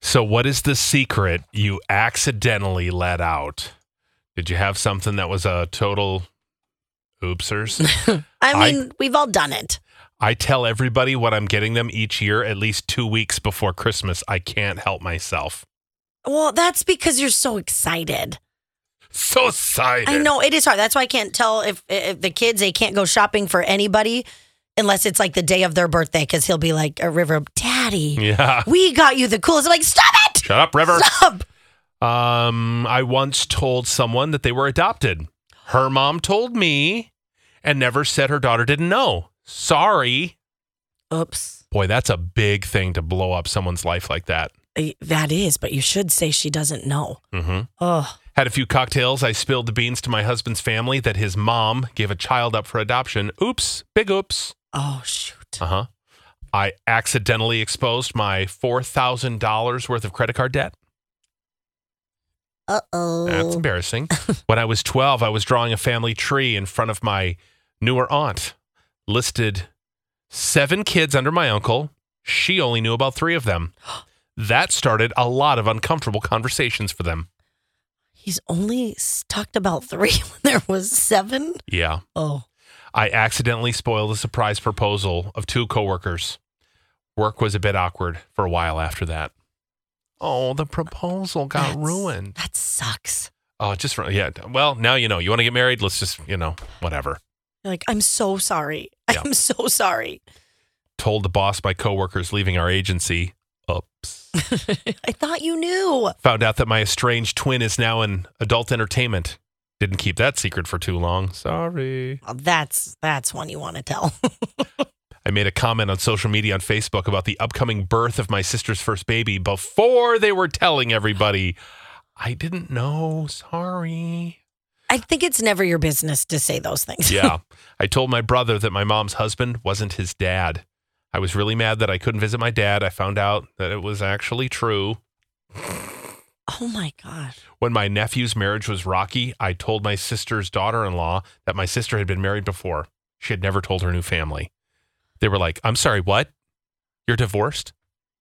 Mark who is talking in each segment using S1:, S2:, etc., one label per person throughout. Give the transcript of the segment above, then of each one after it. S1: So, what is the secret you accidentally let out? Did you have something that was a total oopsers?
S2: I
S1: I-
S2: mean, we've all done it.
S1: I tell everybody what I'm getting them each year, at least two weeks before Christmas. I can't help myself.
S2: Well, that's because you're so excited.
S1: So excited.
S2: I know it is hard. That's why I can't tell if, if the kids they can't go shopping for anybody unless it's like the day of their birthday because he'll be like a river, daddy.
S1: Yeah.
S2: We got you the coolest. I'm like, stop it!
S1: Shut up, River.
S2: Stop!
S1: Um, I once told someone that they were adopted. Her mom told me and never said her daughter didn't know. Sorry.
S2: Oops.
S1: Boy, that's a big thing to blow up someone's life like that.
S2: Eh, That is, but you should say she doesn't know.
S1: Mm-hmm.
S2: Oh,
S1: Had a few cocktails. I spilled the beans to my husband's family that his mom gave a child up for adoption. Oops, big oops.
S2: oh shoot.
S1: Uh huh. I accidentally exposed my $4,000 worth of credit card debt.
S2: Uh
S1: That's
S2: oh.
S1: embarrassing. when I was 12, I was drawing a family tree in front of my newer aunt. Listed seven kids under my uncle. She only knew about three of them. That started a lot of uncomfortable conversations for them.
S2: He's only s- talked about three when there was seven.
S1: Yeah.
S2: Oh,
S1: I accidentally spoiled a surprise proposal of two coworkers. Work was a bit awkward for a while after that. Oh, the proposal got
S2: that's-
S1: ruined.
S2: That sucks.
S1: Oh, just for, yeah. Well, now you know. You want to get married? Let's just, you know, whatever.
S2: You're like, I'm so sorry.
S1: Yeah.
S2: I'm so sorry.
S1: told the boss my coworkers leaving our agency. Oops.
S2: I thought you knew.
S1: Found out that my estranged twin is now in adult entertainment. Didn't keep that secret for too long. Sorry.
S2: Well, that's that's one you want to tell.
S1: I made a comment on social media on Facebook about the upcoming birth of my sister's first baby before they were telling everybody. I didn't know. Sorry.
S2: I think it's never your business to say those things.
S1: Yeah. I told my brother that my mom's husband wasn't his dad. I was really mad that I couldn't visit my dad. I found out that it was actually true.
S2: Oh my gosh.
S1: When my nephew's marriage was rocky, I told my sister's daughter in law that my sister had been married before. She had never told her new family. They were like, I'm sorry, what? You're divorced?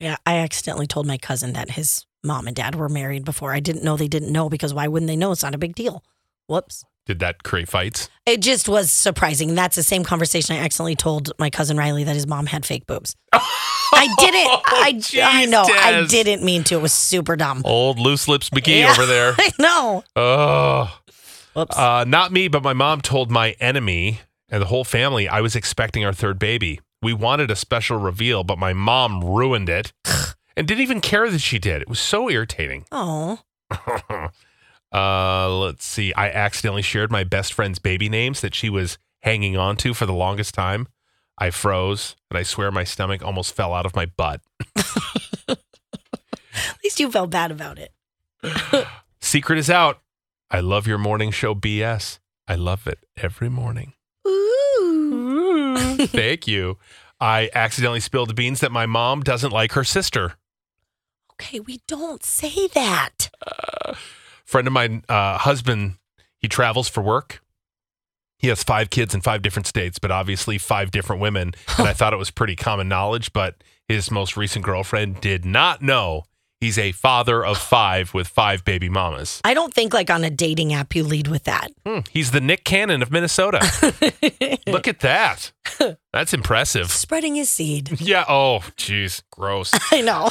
S2: Yeah, I accidentally told my cousin that his mom and dad were married before. I didn't know they didn't know because why wouldn't they know? It's not a big deal. Whoops.
S1: Did that create fights?
S2: It just was surprising. That's the same conversation I accidentally told my cousin Riley that his mom had fake boobs. I didn't. I, I know. I
S1: Oh, Jesus. Oh.
S2: didn't mean to. It was super dumb.
S1: Old loose lips McGee
S2: Yeah.
S1: over there.
S2: I know.
S1: Oh,
S2: Whoops.
S1: uh, not me, but my mom told my enemy and the whole family I was expecting our third baby. We wanted a special reveal, but my mom ruined it and didn't even care that she did. It was so irritating.
S2: oh,
S1: uh, let's see. I accidentally shared my best friend's baby names that she was hanging on to for the longest time. I froze, and I swear my stomach almost fell out of my butt.
S2: at least you felt bad about it.
S1: Secret is out. I love your morning show BS. I love it every morning.
S2: Ooh.
S1: Thank you. I accidentally spilled the beans that my mom doesn't like her sister.
S2: okay, we don't say that.
S1: friend of my uh, husband he travels for work he has five kids in five different states but obviously five different women and i thought it was pretty common knowledge but his most recent girlfriend did not know he's a father of five with five baby mamas
S2: I don't think like on a dating app you lead with that.
S1: Hmm, he's the nick cannon of minnesota look at that that's impressive
S2: Spreading his seed.
S1: yeah oh jeez gross
S2: I know.